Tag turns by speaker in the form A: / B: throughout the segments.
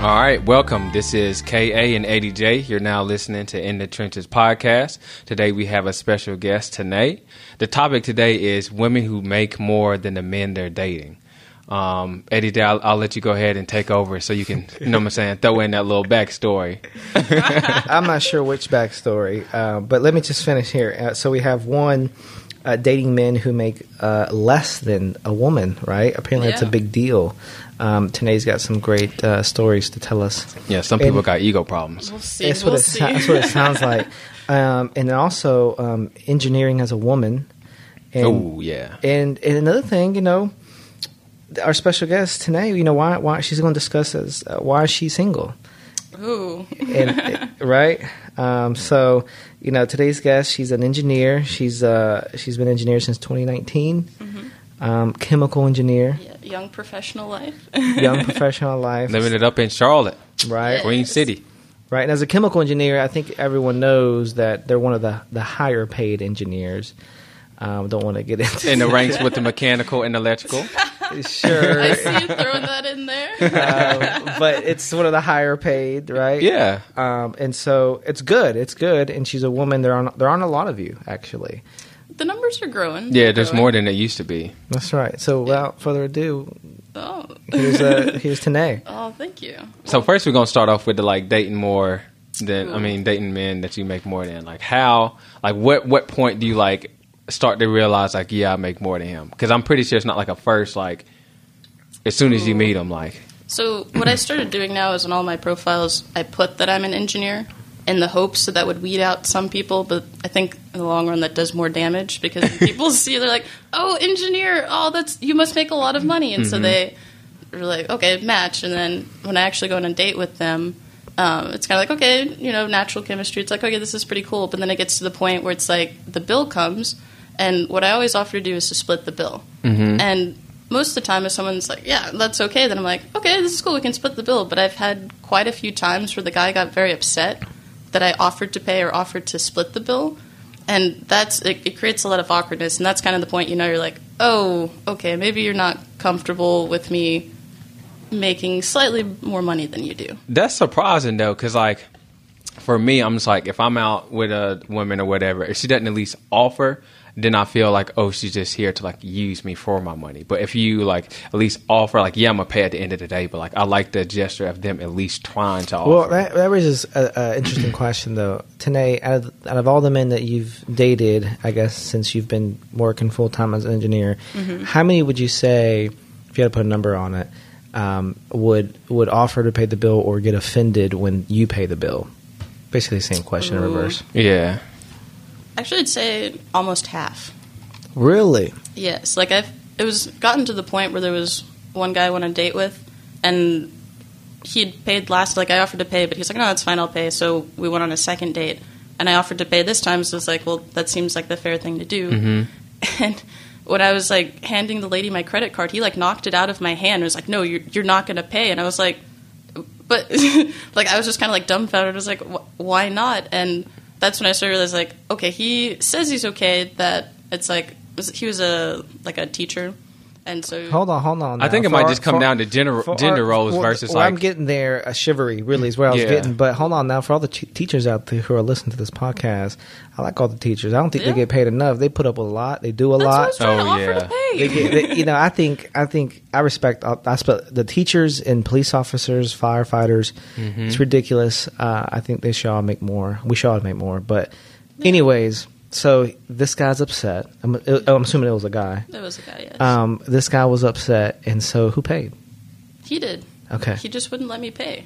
A: All right, welcome. This is KA and ADJ. You're now listening to In the Trenches podcast. Today we have a special guest, Tanae. The topic today is women who make more than the men they're dating. Um, ADJ, I'll, I'll let you go ahead and take over so you can, you know what I'm saying, throw in that little backstory.
B: I'm not sure which backstory, uh, but let me just finish here. Uh, so we have one uh, dating men who make uh, less than a woman, right? Apparently, it's a
C: Yeah.
B: big deal. Um, Tanae's got some great uh, stories to tell us.
A: Yeah, some people
B: And-
A: got ego problems.
C: We'll see.
B: That's
C: we'll
B: what, it,
C: see.
B: sou- that's what it sounds like. Um, and then also, um, engineering as a woman. And,
A: Oh, yeah.
B: and and another thing, you know, our special guest Tanae, you know, why why she's going to discuss is uh, why she's single.
C: Ooh.
B: and eh, right um, so you know today's guest she's an engineer she's uh she's been an engineer since 2019 um, chemical engineer
C: Yeah, young professional life.
B: young professional life
A: Living it up in Charlotte,
B: right
A: Queen City.
B: right and as a chemical engineer i think everyone knows that they're one of the the higher paid engineers um, don't want to get into
A: In the ranks with the mechanical and electrical.
C: I
B: sure
C: see you throwing that in there.
B: um, but it's one of the higher paid right
A: Yeah.
B: um, and so it's good it's good and she's a woman there aren't there aren't a lot of you actually
C: The numbers are growing.
A: Yeah, there's more than it used to be.
B: That's right. So without further ado,
C: Oh.
B: here's uh, here's Tanae.
C: oh, thank you.
A: So first, we're gonna start off with the like dating more than I
C: Ooh.
A: mean dating men that you make more than. Like how, like what what point do you like start to realize like yeah I make more than him? Because I'm pretty sure it's not like a first like as soon as you meet him like
C: So what I started doing now is on all my profiles, I put that I'm an engineer in the hopes that that would weed out some people, but I think in the long run that does more damage because when people see they're like, "Oh, engineer! Oh, that's you must make a lot of money," and so they are like, "Okay, match." And then when I actually go on a date with them, um, it's kind of like, okay, you know, natural chemistry. It's like, okay, this is pretty cool. But then it gets to the point where it's like the bill comes, and what I always offer to do is to split the bill. And most of the time, if someone's like, yeah, that's okay, then I'm like, okay, this is cool, we can split the bill. But I've had quite a few times where the guy got very upset that I offered to pay or offered to split the bill. And that's it, it creates a lot of awkwardness, and that's kind of the point. You know, you're like, oh, okay, maybe you're not comfortable with me making slightly more money than you do.
A: that's surprising though because like for me I'm just like if I'm out with a woman or whatever if she doesn't at least offer then I feel like oh she's just here to like use me for my money. But if you like at least offer like yeah I'm gonna pay at the end of the day, but like I like the gesture of them at least trying to offer.
B: Well, that, that raises an interesting question, though. Tanae, out of, out of all the men that you've dated, I guess since you've been working full time as an engineer, how many would you say, if you had to put a number on it, um, would would offer to pay the bill or get offended when you pay the bill? Basically, same question in
C: Ooh.
B: reverse.
A: yeah.
C: Actually, I'd say almost half.
B: Really?
C: Mm-hmm. Yes, like I've it was gotten to the point where there was one guy I went on a date with, and he had paid last. Like I offered to pay, but he's like, "No, that's fine, I'll pay." So we went on a second date, and I offered to pay this time. So it's like, well, that seems like the fair thing to do. And when I was like handing the lady my credit card, he like knocked it out of my hand. and was like, "No, you're you're not going to pay." And I was like, "But," like I was just kind of like dumbfounded. I was like, wh- "Why not?" And that's when I started to realize, like, okay, he says he's okay. That it's like was- he was a like a teacher, and so
B: Hold on, hold on.
A: I
B: now.
A: think it
B: For
A: might
B: our-
A: just come
B: for-
A: down to gender
B: for
A: gender
B: our-
A: roles
B: well,
A: versus
B: well,
A: like
B: I'm getting there. A chivalry really is where I was
A: Yeah.
B: getting. But hold on now, for all the t- teachers out there who are listening to this podcast, I like all the teachers. I don't think
C: Yeah.
B: they get paid enough. They put up a lot. They do a
C: that's what I
B: lot.
C: was trying to
A: Oh,
C: offer
A: yeah.
C: to pay.
B: They get- they- you know, I think I think I respect. all- I spe- the teachers and police officers, firefighters.
A: Mm-hmm.
B: It's ridiculous. Uh, I think they should all make more. We should all make more. But, anyways, so this guy's upset. I'm, uh, I'm assuming it was a guy.
C: that was a guy. Yes,
B: Um, this guy was upset, and so who paid?
C: he did.
B: Okay.
C: He just wouldn't let me pay.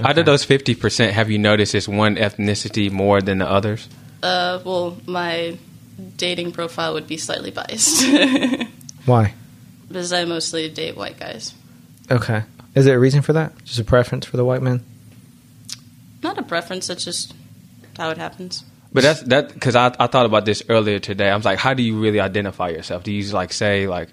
A: out of those fifty percent, have you noticed it's one ethnicity more than the others?
C: Uh, well, my dating profile would be slightly biased
B: Why?
C: because I mostly date white guys.
B: Okay. Is there a reason for that? Just a preference for the white men?
C: Not a preference. That's just how it happens.
A: But that's that because I, I thought about this earlier today. I was like, how do you really identify yourself? Do you just like say like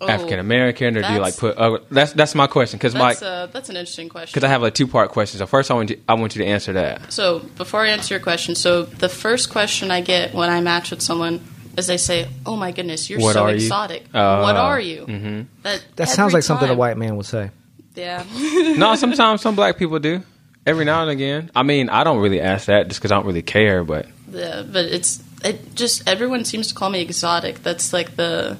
C: Oh,
A: African American or do you like
C: that's-
A: put? Uh, that's that's my question because my
C: That's, uh, that's an interesting question.
A: because I have a two part question. So first, I want you, I want you to answer that.
C: So before I answer your question, so the first question I get when I match with someone is they say, "Oh my goodness, you're
A: What
C: so
A: are you?"
C: exotic.
A: Uh,
C: what are you?" That
B: That
C: every
B: sounds like something a
C: time-
B: white man would say.
C: Yeah.
A: no, sometimes some black people do. Every now and again. I mean, I don't really ask that just because I don't really care, but
C: Yeah, but it's it just everyone seems to call me exotic. That's like the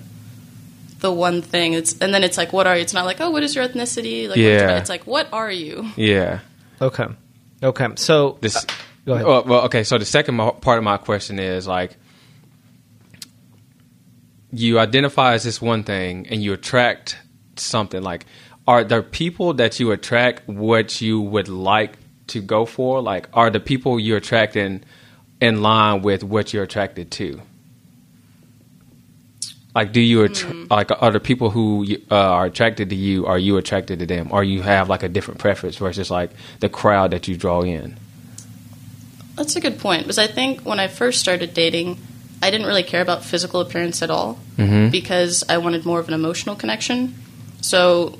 C: the one thing. It's and then it's like what are you? It's not like oh what is your ethnicity? Like what's your-
A: Yeah.
C: it's like what are you?
A: yeah.
B: Okay. Okay. So uh,
A: This.
B: go
C: Oh.
B: ahead.
A: Oh, Well, well, okay. So the second mo- part of my question is like, you identify as this one thing, and you attract something. Like, are there people that you attract what you would like to go for? Like, are the people you're attracting in line with what you're attracted to? Like, do you attr like are the people who you, uh, are attracted to you? Are you attracted to them? Or you have like a different preference versus like the crowd that you draw in?
C: That's a good point because I think when I first started dating, I didn't really care about physical appearance at all
B: Mm-hmm.
A: Mhm.
C: because I wanted more of an emotional connection. So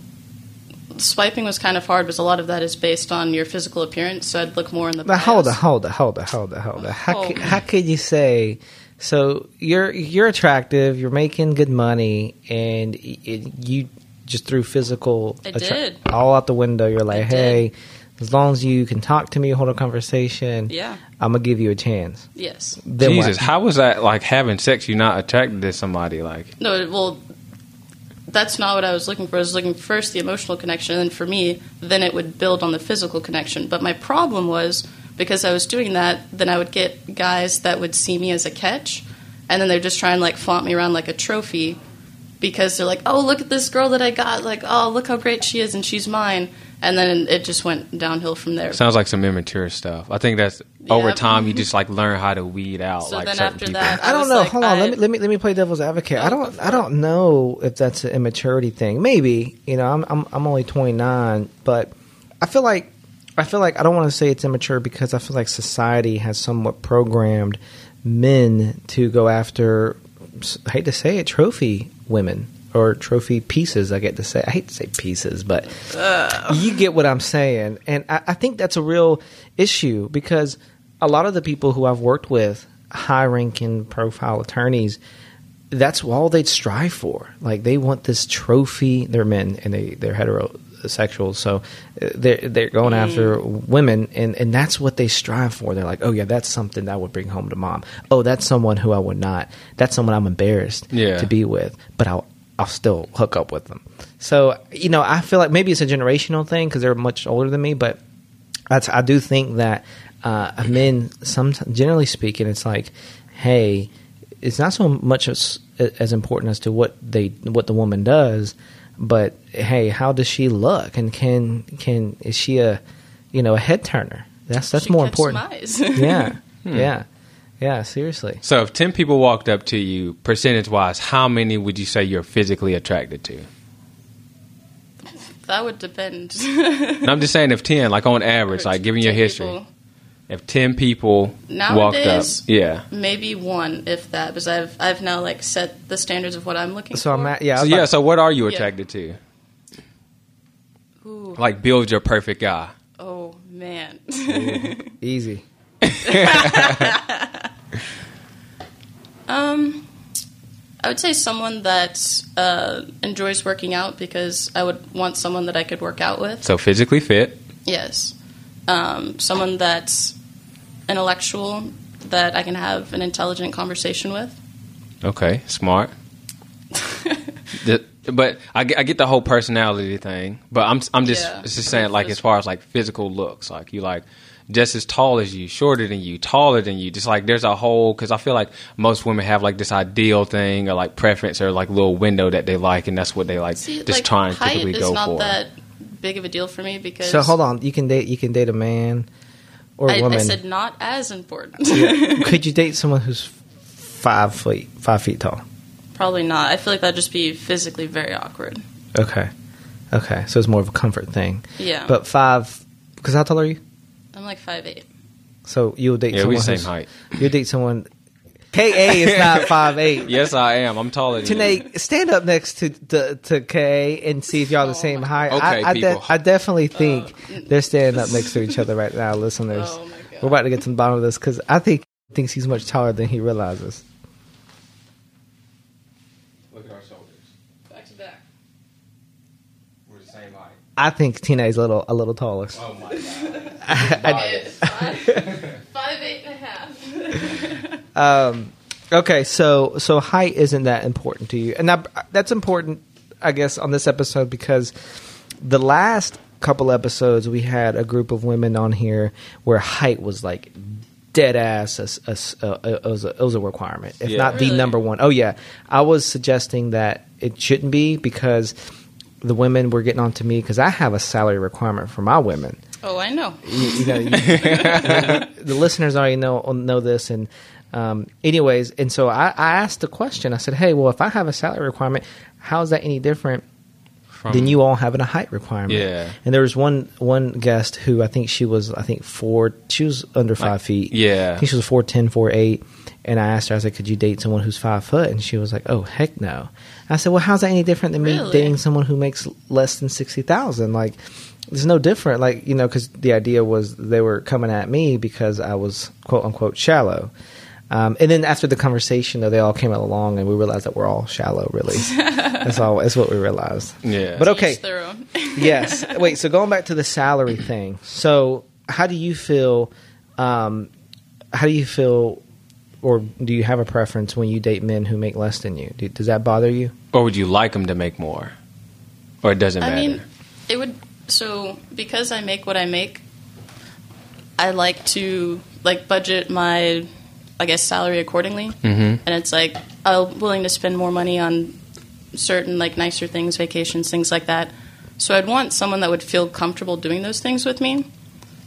C: swiping was kind of hard because a lot of that is based on your physical appearance. So I'd look more in the
B: Now,
C: bios.
B: hold on, hold on, hold on, hold on, hold on. How,
C: Oh.
B: ca- how could you say? So you're you're attractive, you're making good money, and y- y- you just threw physical
C: I did.
B: all out the window. You're like,
C: did.
B: hey, as long as you can talk to me, hold a conversation,
C: Yeah.
B: I'm gonna give you a chance.
C: Yes.
B: Then
A: Jesus,
B: what?
A: how was that like having sex? You're not attracted to somebody like
C: No, well, that's not what I was looking for. I was looking first the emotional connection, and then for me, then it would build on the physical connection. But my problem was because I was doing that, then I would get guys that would see me as a catch, and then they're just trying to like flaunt me around like a trophy because they're like, "Oh, look at this girl that I got! Like, oh, look how great she is, and she's mine." And then it just went downhill from there.
A: sounds like some immature stuff. I think that's over
C: Yeah.
A: time you just like learn how to weed out
C: So
A: like
C: then
A: certain
C: after
A: people.
C: that-
B: I
C: I
B: don't
C: was
B: know.
C: like,
B: Hold on. Let
C: I-
B: me let me let me play devil's advocate. I don't I don't know if that's an immaturity thing. Maybe you know I'm I'm, I'm only 29, but I feel like I feel like I don't want to say it's immature because I feel like society has somewhat programmed men to go after. I hate to say it, trophy women or trophy pieces. I get to say I hate to say pieces, but you get what I'm saying. And I, I think that's a real issue because a lot of the people who I've worked with, high ranking profile attorneys, that's all they'd strive for. Like they want this trophy. They're men and they, they're heterosexual. So uh, they're, they're going after women and, and that's what they strive for. They're like, oh yeah, that's something that I would bring home to mom. Oh, that's someone who I would not. That's someone I'm embarrassed
A: Yeah.
B: to be with, but I'll I'll still hook up with them. So you know, I feel like maybe it's a generational thing because they're much older than me, but that's I do think that uh, men, some generally speaking, it's like, hey, it's not so much as as important as to what they what the woman does, but hey, how does she look, and can can is she a you know a head turner? That's that's
C: She
B: more
C: catch
B: important.
C: Some eyes.
B: Yeah,
A: Hmm.
B: yeah, yeah. Seriously.
A: So if ten people walked up to you, percentage wise, how many would you say you're physically attracted to?
C: that would depend.
A: And I'm just saying if ten, like on average, like giving your
C: Ten
A: history.
C: people.
A: If ten people
C: Nowadays-
A: walked up. Yeah.
C: Maybe one, if that, because I've I've now like set the standards of what I'm looking
B: So
C: for.
B: I'm at yeah. I
A: So
B: was
A: yeah,
B: about-
A: so what are you
C: Yeah.
A: attracted to?
C: Ooh,
A: Like build your perfect guy.
C: oh man,
B: easy.
C: Um, I would say someone that uh, enjoys working out because I would want someone that I could work out with.
A: So physically fit.
C: Yes, um, someone that's intellectual that I can have an intelligent conversation with.
A: Okay, smart. The- but I, get- I get the whole personality thing. But I'm I'm just
C: Yeah.
A: it's just saying like as far as like physical looks, like you like just as tall as you, shorter than you, taller than you. Just like there's a whole because I feel like most women have like this ideal thing or like preference or like little window that they like, and that's what they like.
C: See,
A: just
C: like
A: trying to
C: height
A: typically
C: is
A: go
C: not
A: for.
C: that big of a deal for me because
B: So hold on, you can date you can date a man or a
C: I, I
B: woman.
C: said not as important.
B: Could you date someone who's five feet five feet tall?
C: Probably not. I feel like that'd just be physically very awkward.
B: Okay, okay. So it's more of a comfort thing.
C: Yeah.
B: But five, because how tall are you?
C: I'm like five eight.
B: So you'll date
A: Yeah,
B: someone
A: we same
B: who's-
A: height.
B: You'll date someone. Ka is not five eight.
A: Yes, I am. I'm taller than you.
B: Tanae, stand up next to to, to Ka and see if y'all the same height.
A: Okay,
B: I, I,
A: people.
B: I definitely think they're standing up next to each other right now, listeners.
C: Oh my God.
B: We're about to get to the bottom of this because I think he thinks he's much taller than he realizes.
A: Look at our shoulders.
C: Back to back.
A: We're the same height.
B: I think Tina is a little a little taller.
A: Oh my god.
C: Five, five, eight and a half.
B: Um, okay, so so height isn't that important to you, and that, that's important, I guess, on this episode because the last couple episodes we had a group of women on here where height was like dead ass as- as- uh, uh, it was a, it was a requirement, if
A: Yeah.
B: not the
C: Really?
B: number one. Oh yeah, I was suggesting that it shouldn't be because the women were getting on to me because I have a salary requirement for my women
C: oh, I know.
B: you, you know, you- the listeners already know know this. And um, anyways, and so I, I asked the question. I said, "Hey, well, if I have a salary requirement, how is that any different
A: From,
B: than you all having a height requirement?"
A: Yeah.
B: And there was one one guest who I think she was I think four. She was under five feet.
A: yeah.
B: I think she was four ten, four eight. And I asked her, I said, "Could you date someone who's five foot?" And she was like, "Oh, heck no." I said, "Well, how's that any different than me
C: Really?
B: dating someone who makes less than sixty thousand? Like, it's no different. Like, you know, because the idea was they were coming at me because I was quote unquote shallow." Um, and then after the conversation, though, they all came along and we realized that we're all shallow. Really, that's all. That's what we realized.
A: Yeah.
B: But
A: But
B: okay,
C: Each their own.
B: yes. Wait. So going back to the salary thing. So how do you feel? Um, how do you feel, or do you have a preference when you date men who make less than you? Do, does that bother you?
A: or would you like them to make more? Or it doesn't matter.
C: I mean, it would. So because I make what I make, I like to like budget my, I guess, salary accordingly.
A: Mhm.
C: And it's like I'm willing to spend more money on certain like nicer things, vacations, things like that. So I'd want someone that would feel comfortable doing those things with me.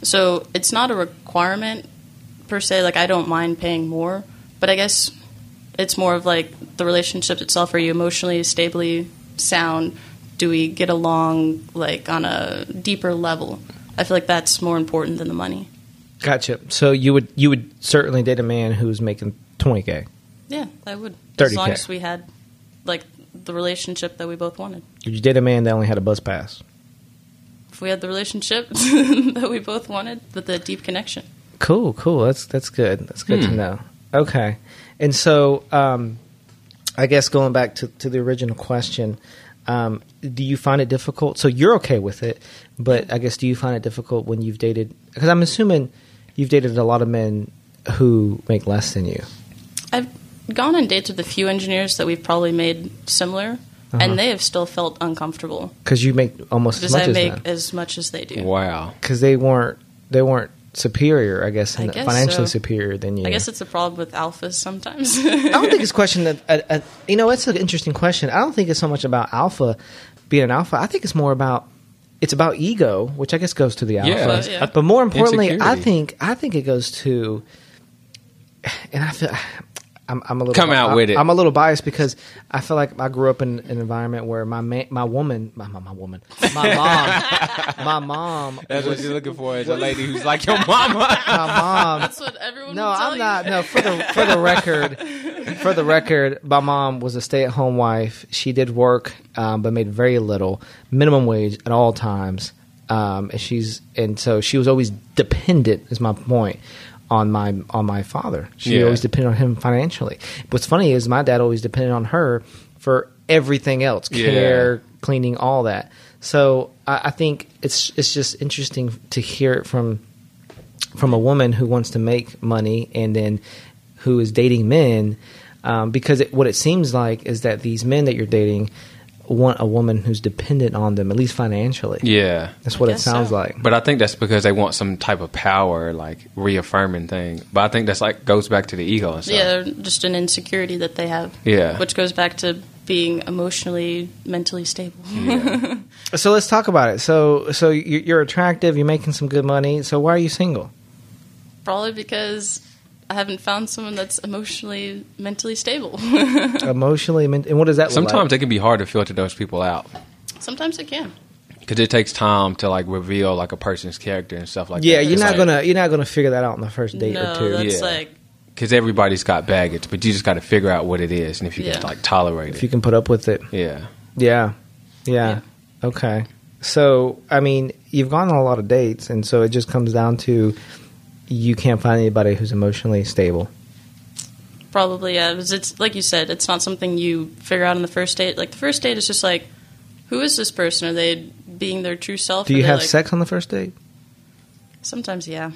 C: So it's not a requirement per se. Like I don't mind paying more, but I guess it's more of like the relationship itself. Are you emotionally stably sound? Do we get along like on a deeper level? I feel like that's more important than the money.
B: Gotcha. So you would you would certainly date a man who's making twenty k.
C: Yeah, I would. As
B: 30K.
C: long as we had like the relationship that we both wanted.
B: Would you date a man that only had a bus pass?
C: If we had the relationship that we both wanted, with the deep connection.
B: Cool. Cool. That's that's good. That's good to know. Okay. And so, um, I guess going back to, to the original question, um, do you find it difficult? So you're okay with it, but I guess do you find it difficult when you've dated? Because I'm assuming you've dated a lot of men who make less than you.
C: I've gone on dates with a few engineers that we've probably made similar, and they have still felt uncomfortable
B: Because you make almost Uh-huh. as much
C: because I
B: as
C: make
B: them.
C: as much as they do.
A: wow.
B: Because they weren't they weren't superior, I guess,
C: I
B: and
C: guess
B: financially
C: so.
B: superior than you.
C: I guess it's a problem with alphas sometimes.
B: I don't think it's a question that uh, uh, you know. It's an interesting question. I don't think it's so much about alpha being an alpha. I think it's more about it's about ego, which I guess goes to the alpha.
A: Yeah.
C: Yeah.
B: But more importantly, I
A: Insecurity.
B: think I think it goes to, and I feel. I'm, I'm a little
A: Come out
B: I-
A: with it.
B: I'm a little biased because I feel like I grew up in an environment where my man, my woman, my, my, my woman, my mom, my mom,
A: That's what you're looking for is a lady who's like your mama.
B: my mom
C: That's what everyone.
B: no,
C: will tell
B: I'm
C: you.
B: not. No, for the for the record, for the record, my mom was a stay at home wife. She did work, um, but made very little, minimum wage at all times. Um, and she's and so she was always dependent. Is my point on my on my father. She
A: Yeah.
B: always depended on him financially. What's funny is my dad always depended on her for everything else,
A: Yeah.
B: care, cleaning, all that. So I, I think it's it's just interesting to hear it from from a woman who wants to make money and then who is dating men um, because it, what it seems like is that these men that you're dating want a woman who's dependent on them at least financially
A: yeah.
B: that's what
C: I
B: it
C: guess
B: sounds
C: so.
B: like
A: But I think that's because they want some type of power, like reaffirming thing. But I think that's like goes back to the ego and stuff.
C: Yeah, just an insecurity that they have.
A: Yeah.
C: Which goes back to being emotionally, mentally stable.
B: so let's talk about it so so you- you're attractive you're making some good money so why are you single
C: Probably because I haven't found someone that's emotionally, mentally stable.
B: emotionally men- and what does that look
A: Sometimes
B: like?
A: it can be hard to filter those people out
C: Sometimes it can.
A: because it takes time to like reveal like a person's character and stuff like
B: yeah
A: that.
B: you're
A: It's
B: not
A: like-
B: gonna you're not gonna figure that out on the first date
C: no,
B: or two
C: that's
A: Yeah.
C: like
A: because everybody's got baggage, but you just got to figure out what it is and if you
C: Yeah.
A: can like tolerate
B: if
A: it.
B: you can put up with it
A: yeah,
B: Yeah. Yeah.
C: Yeah.
B: Okay. So, I mean, you've gone on a lot of dates, and so it just comes down to you can't find anybody who's emotionally stable.
C: probably yeah. It's, it's like you said, it's not something you figure out on the first date. Like the first date is just like, who is this person? Are they being their true self.
B: Do
C: or
B: you
C: they,
B: have
C: like-
B: sex on the first date?
C: Sometimes, yeah.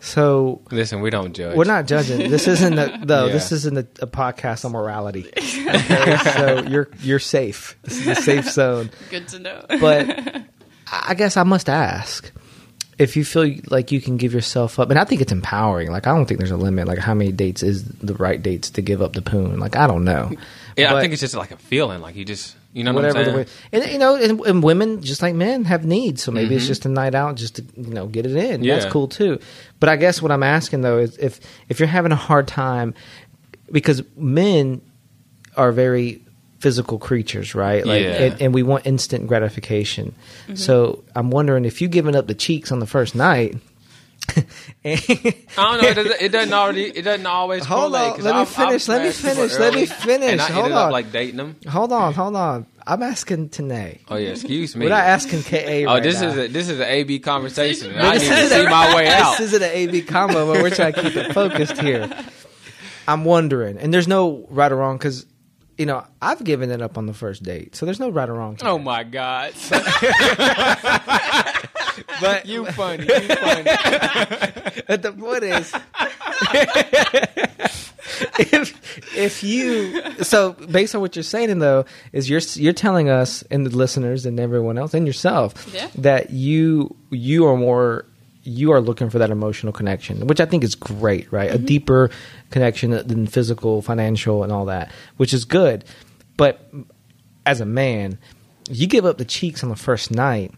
B: So
A: Listen, we don't judge.
B: we're not judging. This isn't a, though.
A: Yeah.
B: This isn't a, a podcast on morality. Okay? so you're you're safe. This is a safe zone.
C: Good to know.
B: But I I guess I must ask if you feel like you can give yourself up. And I think it's empowering. Like I don't think there's a limit. Like how many dates is the right dates to give up the poon? Like I don't know.
A: Yeah,
B: But-
A: I think it's just like a feeling. Like you just, you know what
B: whatever
A: I'm
B: the
A: saying?
B: way. And you know, and, and women just like men have needs, so maybe it's just a night out just to you know get it in. That's
A: Mm-hmm. Yeah.
B: cool too. But I guess what I'm asking though is if if you're having a hard time because men are very physical creatures, right? Like,
A: Yeah.
B: and, and we want instant gratification. So I'm wondering if you giving up the cheeks on the first night.
A: I don't know. It doesn't, it doesn't already. It doesn't always.
B: Hold
A: correlate,
B: on,
A: 'cause
B: let me
A: I've- I've
B: finish, let me
A: smashed people
B: finish, let me
A: early,
B: finish,
A: And I
B: hold
A: ended up
B: on.
A: like dating them.
B: hold on, hold on. I'm asking Tanae.
A: Oh yeah, excuse me.
B: We're not asking KA.
A: Oh,
B: right
A: this
B: now.
A: is a, this is an AB conversation. and I need
B: This
A: to
B: is
A: see
B: a-
A: my way out.
B: This isn't an AB combo, but we're trying to keep it focused here. I'm wondering, and there's no right or wrong because, you know, I've given it up on the first date, so there's no right or wrong. to
A: Oh
B: that.
A: my God!
B: But
A: you funny, you funny.
B: but the point is, if if you so based on what you're saying though, is you're you're telling us and the listeners and everyone else and yourself
C: Yeah.
B: that you you are more you are looking for that emotional connection, which I think is great, right? A deeper connection than physical, financial, and all that, which is good. But as a man, you give up the cheeks on the first night.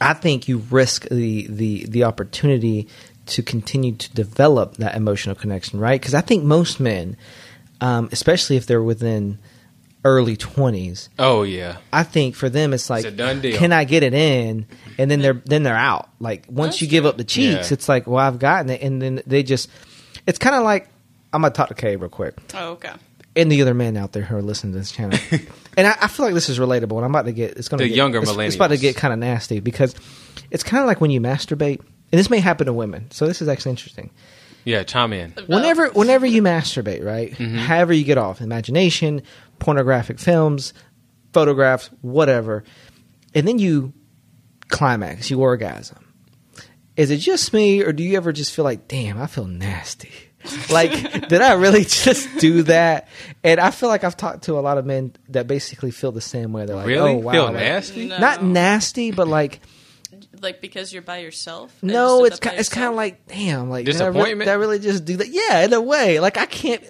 B: I think you risk the the the opportunity to continue to develop that emotional connection, right? Because I think most men, um, especially if they're within early twenties,
A: Oh yeah.
B: I think for them it's like,
A: a done deal.
B: can I get it in? And then they're then they're out. Like once
C: That's
B: you give up the cheeks,
A: Yeah.
B: it's like, well, I've gotten it, and then they just, it's kind of like. I'm gonna talk to Kay real quick
C: oh, okay.
B: and the other men out there who are listening to this channel. and I, I feel like this is relatable, and I'm about to get it's going to
A: The younger
B: it's, It's about to
A: millennials.
B: get kind of nasty because it's kind of like when you masturbate, and this may happen to women. So this is actually interesting.
A: Yeah, chime in.
B: Whenever, whenever you masturbate, right?
A: Mm-hmm.
B: However you get off, imagination, pornographic films, photographs, whatever, and then you climax, you orgasm. Is it just me, or do you ever just feel like, damn, I feel nasty? Like, did I really just do that? And I feel like I've talked to a lot of men that basically feel the same way. They're like,
A: Really?
B: oh wow,
A: Feel
B: like-
A: nasty?
C: No.
B: Not nasty, but like,
C: Like because you're by yourself. and
B: no,
C: just
B: it's
C: did that
B: kind,
C: by
B: it's kind of
C: yourself?
B: like damn, like
A: Disappointment?
B: Did I, really, did I really just do that? Yeah, in a way. Like I can't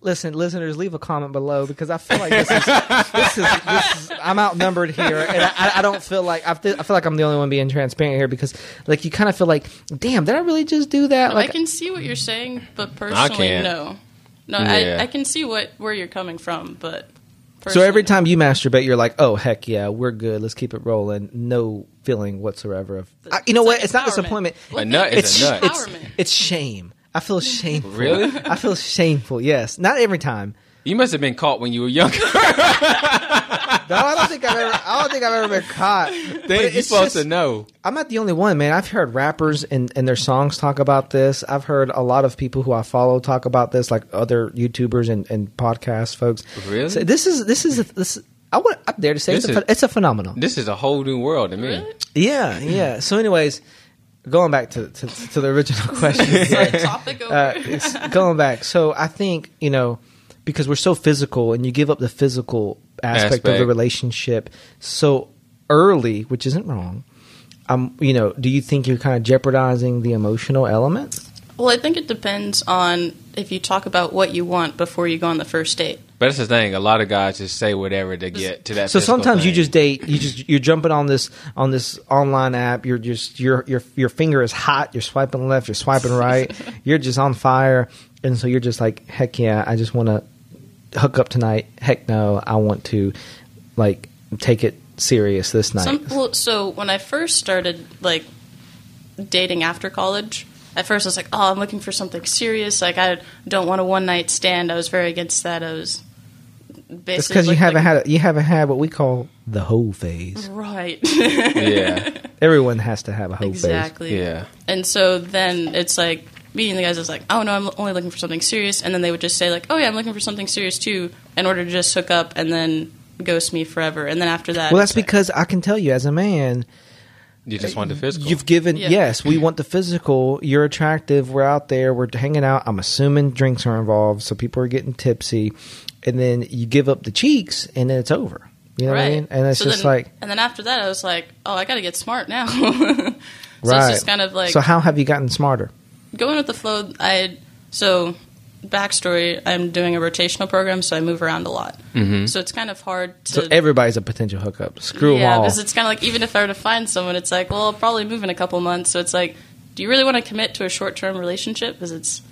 B: listen, listeners. Leave a comment below because I feel like this is this is, this is I'm outnumbered here, and I- I, I don't feel like I feel, I feel like I'm the only one being transparent here because like you kind of feel like damn, did I really just do that? Like
C: I can see what you're saying, but personally,
A: can't.
C: no. No,
A: Yeah.
C: I, I can see what where you're coming from, but
B: so
C: personally,
B: every time you masturbate, you're like, oh heck yeah, we're good. Let's keep it rolling. No feeling whatsoever of I, you know
C: It's
B: what?
C: like
B: it's not
C: empowerment.
B: disappointment.
A: A nut is
B: It's,
A: a nut.
B: it's
C: Empowerment.
B: it's shame. I feel shameful.
A: Really?
B: I feel shameful. Yes, not every time.
A: You must have been caught when you were younger.
B: No, I don't think I've ever. I don't think I've ever been caught. But
A: You're
B: it's
A: supposed to
B: just-
A: know.
B: I'm not the only one, man. I've heard rappers and, and their songs talk about this. I've heard a lot of people who I follow talk about this, like other YouTubers and, and podcast folks.
A: Really?
B: So this is this is a, this. I would. I'm there to say it's
A: This
B: a, phe-
A: is-
B: it's a phenomenon.
A: This is a whole new world to me.
C: Really?
B: Yeah, yeah. So, anyways, going back to to, to the original question,
C: Sorry,
B: here.
C: topic over.
B: uh, it's going back. So I think you know because we're so physical, and you give up the physical aspect, of the
A: Aspect.
B: relationship so early, which isn't wrong. Um, you know, do you think you're kind of jeopardizing the emotional element?
C: Well, I think it depends on if you talk about what you want before you go on the first date.
A: But that's the thing. A lot of guys just say whatever to get to that.
B: So
A: physical
B: sometimes you
A: thing.
B: just date, you just you're jumping on this on this online app. You're just your your your finger is hot. You're swiping left. You're swiping right. you're just on fire, and so you're just like, heck yeah, I just want to hook up tonight. Heck no, I want to like take it serious this night.
C: Some, well, so when I first started like dating after college, at first I was like, "Oh, I'm looking for something serious. Like, I don't want a one night stand." I was very against that. I was basically
B: it's because you
C: looked
B: haven't
C: like- Mm-hmm.
B: had a, you haven't had what we call the hoe phase.
C: right,
A: yeah,
B: Everyone has to have a hoe phase.
C: exactly,
A: yeah.
C: And so then it's like meeting the guys is like, "Oh no, I'm only looking for something serious," and then they would just say like, "Oh yeah, I'm looking for something serious too," in order to just hook up and then ghost me forever. And then after that,
B: Well, that's
C: it's like-
B: because I can tell you as a man,
A: You just want the physical.
B: you've given
C: Yeah.
B: yes, we want the physical. You're attractive. We're out there. We're hanging out. I'm assuming drinks are involved, so people are getting tipsy, and then you give up the cheeks, and then it's over. You know
C: right.
B: what I mean? And it's
C: So
B: just
C: then-
B: like
C: and then after that, I was like, oh, I got to get smart now. so
B: right.
C: it's just kind of like
B: so. How have you gotten smarter?
C: going with the flow. I so backstory. I'm doing a rotational program, so I move around a lot. Mm-hmm. So it's kind of hard to
B: So everybody's a potential hookup. Screw
C: yeah,
B: them all.
C: because it's kind of like even if I were to find someone, it's like, well, I'll probably move in a couple months. So it's like, do you really want to commit to a short term relationship? Because it's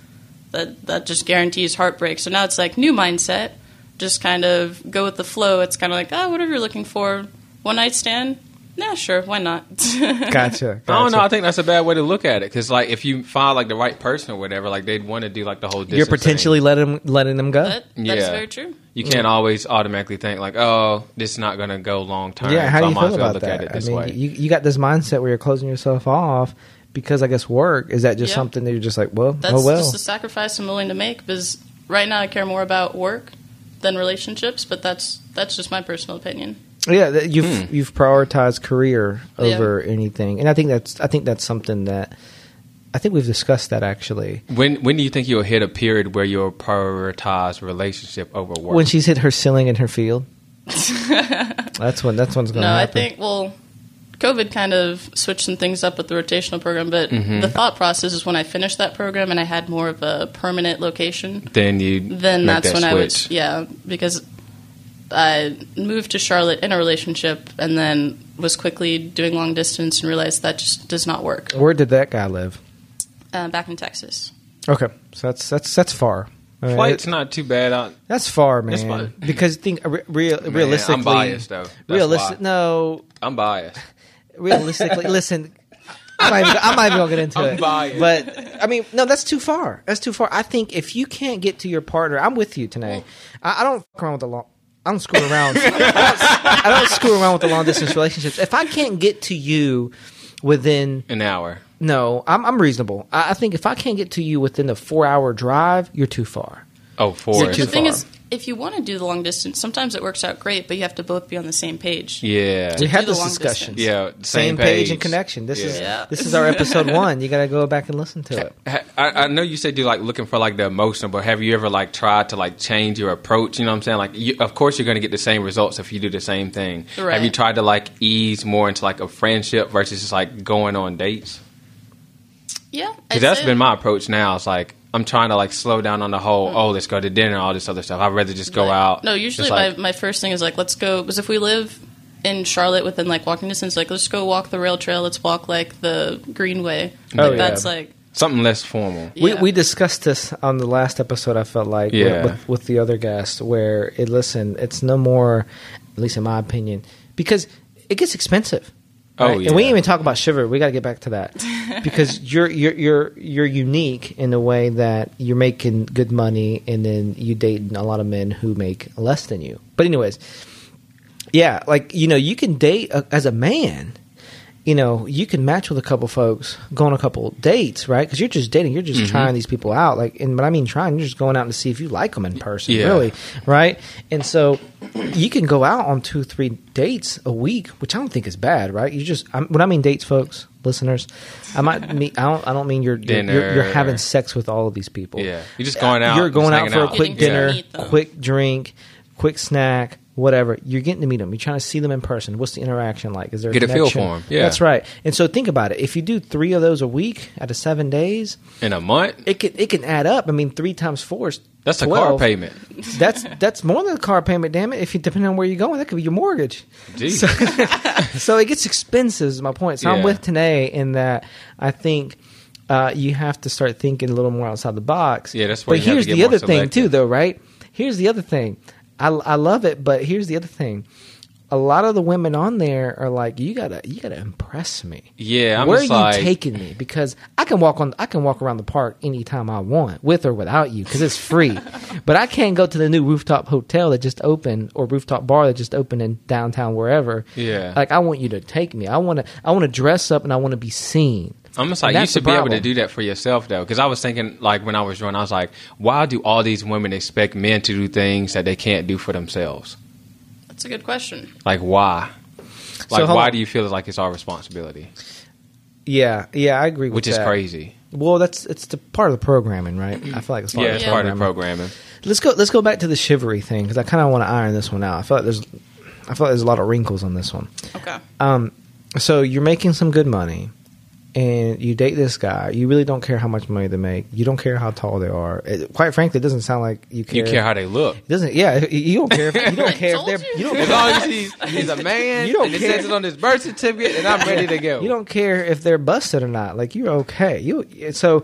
C: that that just guarantees heartbreak. So now it's like new mindset, just kind of go with the flow. It's kind of like, oh, whatever you're looking for, one night stand. Yeah, sure, why not?
B: Gotcha.
A: I don't
B: gotcha.
A: know. Oh, I think that's a bad way to look at it because, like, if you find like the right person or whatever, like they'd want to do like the whole.
B: You're
A: distance thing.
B: potentially letting letting them go.
C: That, that is
A: Yeah.
C: very true.
A: You can't always automatically think like, oh, this is not going to go long term.
B: Yeah, how
A: so
B: do you
A: I might
B: feel
A: as well
B: about
A: look
B: that?
A: at it this
B: I mean,
A: way.
B: you you got this mindset where you're closing yourself off because I guess work is that just
C: Yeah.
B: something that you're just like, well,
C: That's
B: oh well.
C: just a sacrifice I'm willing to make because right now I care more about work than relationships, but that's that's just my personal opinion.
B: Yeah, that you've
A: Hmm.
B: you've prioritized career
C: Yeah.
B: over anything, and I think that's I think that's something that I think we've discussed that actually.
A: when when do you think you'll hit a period where you'll prioritize relationship over work?
B: When she's hit her ceiling in her field, that's when that's when's going to
C: No, I
B: happen.
C: think well, COVID kind of switched some things up with the rotational program, but
A: Mm-hmm.
C: the thought process is when I finished that program and I had more of a permanent location,
A: then you
C: then
A: make that
C: that's when
A: switch.
C: I would yeah because I moved to Charlotte in a relationship and then was quickly doing long distance and realized that just does not work
B: Where did that guy live?
C: uh, back in Texas.
B: Okay, so that's that's that's far. I mean,
A: Flight's
B: it-
A: not too bad. I,
B: that's far, man.
A: It's fine.
B: Because think uh, re- real realistically,
A: I'm biased though. That's
B: Realistic,
A: why.
B: no,
A: I'm biased.
B: realistically, listen, I'm not even, I'm not even gonna get into
A: I'm
B: it.
A: biased.
B: But I mean, no, that's too far. That's too far. I think if you can't get to your partner, I'm with you tonight. I, I don't fuck around with the long. I don't screw around. I, don't, I don't screw around with the long distance relationships. If I can't get to you within
A: An hour.
B: no, I'm, I'm reasonable. I, I think if I can't get to you within a four hour drive, you're too far.
A: Oh, four.
B: You're
A: is
B: too
C: the thing
B: far.
C: is, if you want to do the long distance, sometimes it works out great, but you have to both be on the same page.
A: yeah.
B: We had
C: do the
B: this
C: long
B: discussion.
C: distance.
A: Yeah. Same,
B: Same, page. and connection. This is
C: Yeah.
B: this is our episode one. You got to go back and listen to it.
A: Ha- I, I know you said you're like looking for like the emotional, but have you ever like tried to like change your approach? You know what I'm saying? Like, you, of course you're going to get the same results if you do the same thing.
C: Right.
A: Have you tried to like ease more into like a friendship versus just like going on dates?
C: Yeah, I'd
A: Because that's
C: say-
A: been my approach now. It's like I'm trying to like slow down on the whole. Oh, let's go to dinner, all this other stuff. I'd rather just go
C: Like-
A: out.
C: Mm. No, usually
A: Just, like,
C: my, my first thing is like, let's go. Because if we live in Charlotte within like walking distance, like, let's go walk the rail trail. Let's walk like the Greenway.
B: Oh,
C: Like,
B: yeah.
C: That's like,
A: something less formal.
B: We,
C: yeah.
B: we discussed this on the last episode. I felt like with-
A: Yeah.
B: with, with the other guest, where it listen, it's no more, at least in my opinion, because it gets expensive.
A: Oh,
B: right? and we
A: yeah.
B: didn't even talk about Shiver. We got to get back to that because you're you're you're you're unique in the way that you're making good money, and then you date a lot of men who make less than you. But anyways, yeah, like you know, you can date a, as a man. You know, you can match with a couple folks, go on a couple dates, right? Because you're just dating, you're just
A: Mm-hmm.
B: trying these people out. Like, and what I mean trying, you're just going out to see if you like them in person,
A: Yeah.
B: really, right? And so you can go out on two, three dates a week, which I don't think is bad, right? You just I'm, when I mean dates, folks, listeners, I might mean I don't I don't mean you're you're, you're, you're
A: Dinner.
B: having sex with all of these people.
A: Yeah, you're just going out.
B: Uh, You're going
A: just
B: out
A: hanging
B: for a quick
C: Getting to
B: dinner,
C: meet them.
B: quick drink, quick snack, whatever. You're getting to meet them. You're trying to see them in person. What's the interaction like? Is there a
A: Get a feel
B: connection?
A: for 'em. Yeah.
B: that's right. And so think about it. If you do three of those a week out of seven days,
A: in a month.
B: it can it can add up. I mean, three times four is
A: That's a
B: 12.
A: car payment.
B: That's that's more than a car payment. Damn it! If you depending on where you're going, that could be your mortgage.
A: Jeez.
B: So, so it gets expensive. Is my point. So I'm
A: Yeah.
B: with Tanae in that I think uh, you have to start thinking a little more outside the box.
A: Yeah, that's where
B: But
A: you have to
B: here's
A: get
B: the
A: more
B: other thing
A: selective.
B: too, though. Right? Here's the other thing. I I love it, but here's the other thing. A lot of the women on there are like, "You gotta, you gotta impress me."
A: Yeah, I'm
B: where are you
A: just like-
B: taking me? Because I can walk on, I can walk around the park anytime I want, with or without you, because it's free. but I can't go to the new rooftop hotel that just opened or rooftop bar that just opened in downtown wherever.
A: Yeah.
B: like I want you to take me. I want to, I want to dress up and I want to be seen.
A: I'm just
B: And
A: like you
B: that's the
A: should be able to
B: problem.
A: do that for yourself though, because I was thinking like when I was growing, I was like, why do all these women expect men to do things that they can't do for themselves?
C: It's a good question.
A: Like why? Like
B: hold
A: why
B: on.
A: do you feel like it's our responsibility?
B: Yeah, yeah, I agree. with
A: Which is
B: that.
A: crazy.
B: Well, that's it's the part of the programming, right? I feel like it's part
A: Yeah,
B: of
A: it's
B: the
A: part
B: programming.
A: of programming.
B: Let's go. Let's go back to the chivalry thing because I kind of want to iron this one out. I feel like there's, I feel like there's a lot of wrinkles on this one.
C: Okay.
B: Um, so you're making some good money, and you date this guy. You really don't care how much money they make. You don't care how tall they are. It, quite frankly, it doesn't sound like you
A: You
B: care.
A: care how they look.
B: It doesn't. Yeah, you- you don't care. If, you don't care. if
C: told
B: they're,
C: you.
B: you don't.
A: As long as he's, he's a man
B: You don't
A: and it
B: care.
A: says it on his birth certificate, and I'm ready to go.
B: You don't care if they're busted or not. Like you're okay. You so.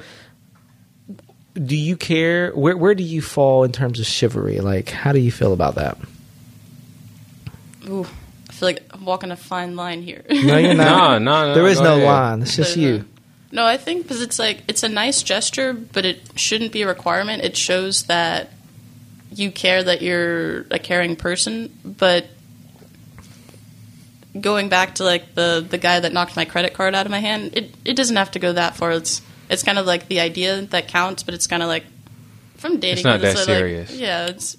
B: Do you care? Where where do you fall in terms of chivalry? Like, how do you feel about that?
C: Ooh, I feel like I'm walking a fine line here.
B: No, you're
A: No,
B: not.
A: no, no.
B: there is
A: go
B: no
A: ahead.
B: line. It's just
C: There's
B: you.
C: No, I think because it's like it's a nice gesture, but it shouldn't be a requirement. It shows that you care that you're a caring person. But going back to like the the guy that knocked my credit card out of my hand, it it doesn't have to go that far. It's it's kind of like the idea that counts, but it's kind of like from dating.
A: It's not that
C: like,
A: serious.
C: yeah, it's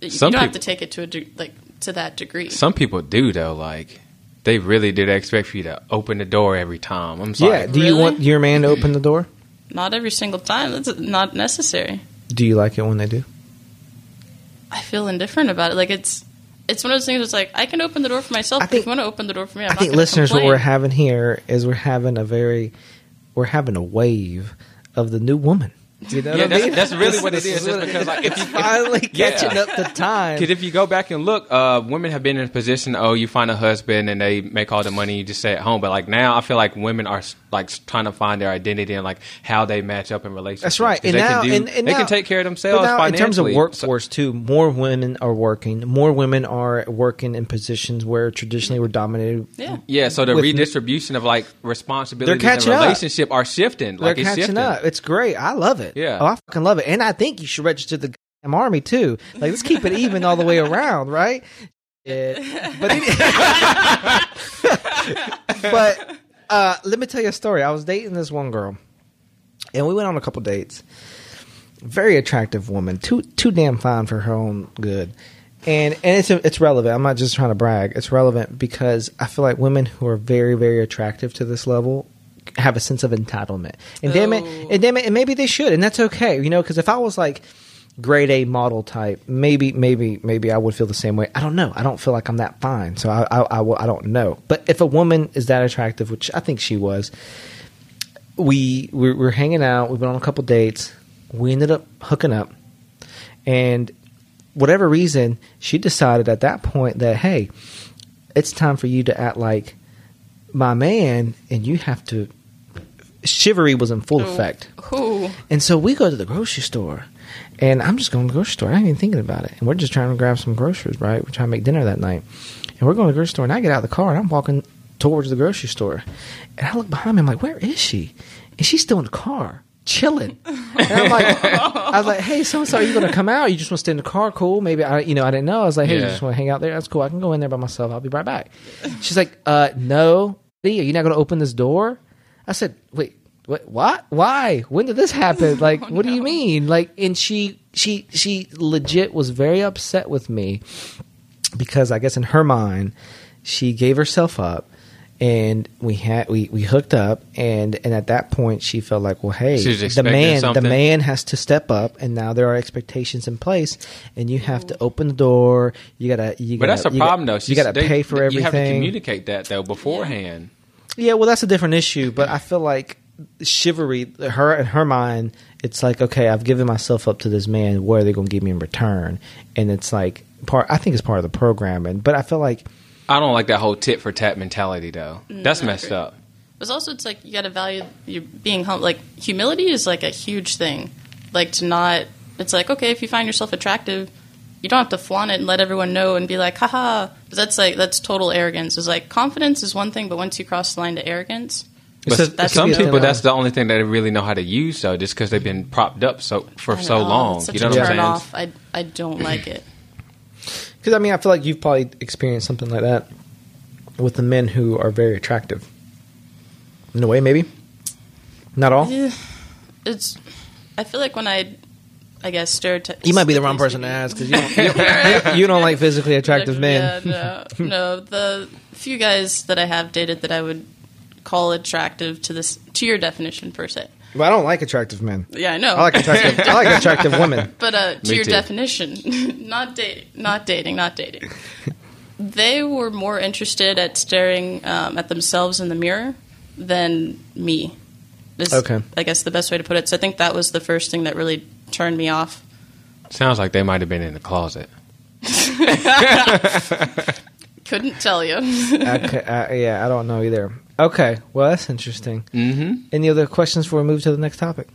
C: you
A: Some
C: don't have
A: peop-
C: to take it to a de- like to that degree.
A: Some people do though. Like they really did expect you to open the door every time. I'm sorry.
B: yeah. Do you
C: Really?
B: want your man to open the door?
C: not every single time. That's not necessary.
B: Do you like it when they do?
C: I feel indifferent about it. Like it's it's one of those things. It's like I can open the door for myself.
B: I
C: but if
B: think-
C: you want to open the door for me, I'm
B: I
C: not
B: think
C: gonna
B: listeners,
C: complain.
B: what we're having here is we're having a very, we're having a wave of the new woman. You know
A: Yeah,
B: what I mean?
A: that's, that's really
B: This-
A: what it
B: this
A: is.
B: what
A: Just
B: it
A: because like if you
B: Finally
A: Yeah.
B: catching up to time.
A: Because if you go back and look, uh, women have been in a position. Oh, you find a husband and they make all the money. You just stay at home. But like now, I feel like women are like trying to find their identity and like how they match up in relationships.
B: That's right.
A: 'Cause
B: And
A: they
B: now,
A: can do-
B: and, and
A: they
B: now-
A: can take care of themselves.
B: But now, in
A: financially.
B: terms of
A: So-
B: workforce too, more women are working. More women are working in positions where traditionally were dominated.
C: yeah.
A: yeah, so the
B: with-
A: redistribution of like responsibilities
B: They're
A: and
B: catching up.
A: relationship are shifting.
B: They're
A: like it's
B: catching
A: shifting.
B: up. It's great. I love it.
A: Yeah.
B: Oh, I fucking love it. And I think you should register the goddamn army too. Like, let's keep it even all the way around, right? Yeah. But, any- but uh, let me tell you a story. I was dating this one girl, and we went on a couple dates. Very attractive woman, too too damn fine for her own good, and and it's it's relevant. I'm not just trying to brag. It's relevant because I feel like women who are very very attractive to this level have a sense of entitlement, and damn it,
C: Oh.
B: and damn it, and maybe they should, and that's okay, you know. Because if I was like grade A model type, maybe, maybe, maybe I would feel the same way. I don't know. I don't feel like I'm that fine, so I, I, I, will- I don't know. But if a woman is that attractive, which I think she was, we we were hanging out. We went on a couple dates. We ended up hooking up, and whatever reason, she decided at that point that hey, it's time for you to act like my man, and you have to. Chivalry was in full
C: Oh.
B: effect.
C: Who?
B: And so we go to the grocery store, and I'm just going to the grocery store. I ain't even thinking about it. And we're just trying to grab some groceries, right? We're trying to make dinner that night. And we're going to the grocery store, and I get out of the car, and I'm walking towards the grocery store. And I look behind me, I'm like, where is she? And she's still in the car, chilling. And I'm like, I was like, hey, so and so, are you going to come out? You just want to stay in the car? Cool. Maybe, I, you know, I didn't know. I was like, hey, you
A: Yeah.
B: just want to hang out there? That's cool. I can go in there by myself. I'll be right back. She's like, uh, no, Lee, are you not going to open this door? I said, wait, what? What? Why? When did this happen? Like, what do you mean? Like, and she, she, she legit was very upset with me because I guess in her mind, she gave herself up. And we had we, we hooked up and, and at that point she felt like well hey
A: She was
B: the
A: expecting
B: man
A: something.
B: the man has to step up and now there are expectations in place and you have to open the door you gotta you
A: But
B: gotta,
A: that's a
B: you gotta-
A: problem though.
B: you gotta
A: She's- they-
B: pay for everything
A: You have to communicate that though beforehand.
B: yeah, well, that's a different issue, but I feel like chivalry, her in her mind, it's like okay, I've given myself up to this man. What are they going to give me in return? And it's like part. I think it's part of the programming, but I feel like
A: I don't like that whole tit for tat mentality though. That's
C: Mm, I
A: messed
C: agree.
A: up.
C: But also, it's like you got to value your being humble. Like humility is like a huge thing. Like to not. It's like okay, if you find yourself attractive, you don't have to flaunt it and let everyone know and be like, haha. Because that's like that's total arrogance. Is like confidence is one thing, but once you cross the line to arrogance,
A: But
B: So
A: s-
B: that could
A: some
B: be a
A: people,
B: thin
A: that's
B: line.
A: the only thing that they really know how to use, though, just because they've been propped up so for
C: I
A: so
C: don't know,
A: long.
C: it's such
A: You know
C: a
A: what I'm
C: turn
A: saying?
C: off. I I don't like it.
B: because I mean, I feel like you've probably experienced something like that with the men who are very attractive. In a way, maybe not all.
C: Yeah, it's. I feel like when I I guess, stereotypes.
B: You might be the wrong person to ask because you, don't- you, you don't like physically attractive men.
C: Yeah, no, no. The few guys that I have dated that I would call attractive to this to your definition per se.
B: Well, I don't like attractive men.
C: Yeah, I know.
B: I like attractive. I like attractive women.
C: But uh, to
A: Me
C: your
A: too.
C: definition, not dating, not dating, not dating. they were more interested at staring um, at themselves in the mirror than me. Is,
B: Okay.
C: I guess the best way to put it. So I think that was the first thing that really turned me off.
A: Sounds like they might have been in the closet.
C: Couldn't tell you.
B: Okay, uh, yeah, I don't know either. Okay, well that's interesting.
A: Mm-hmm.
B: Any other questions before we move to the next topic?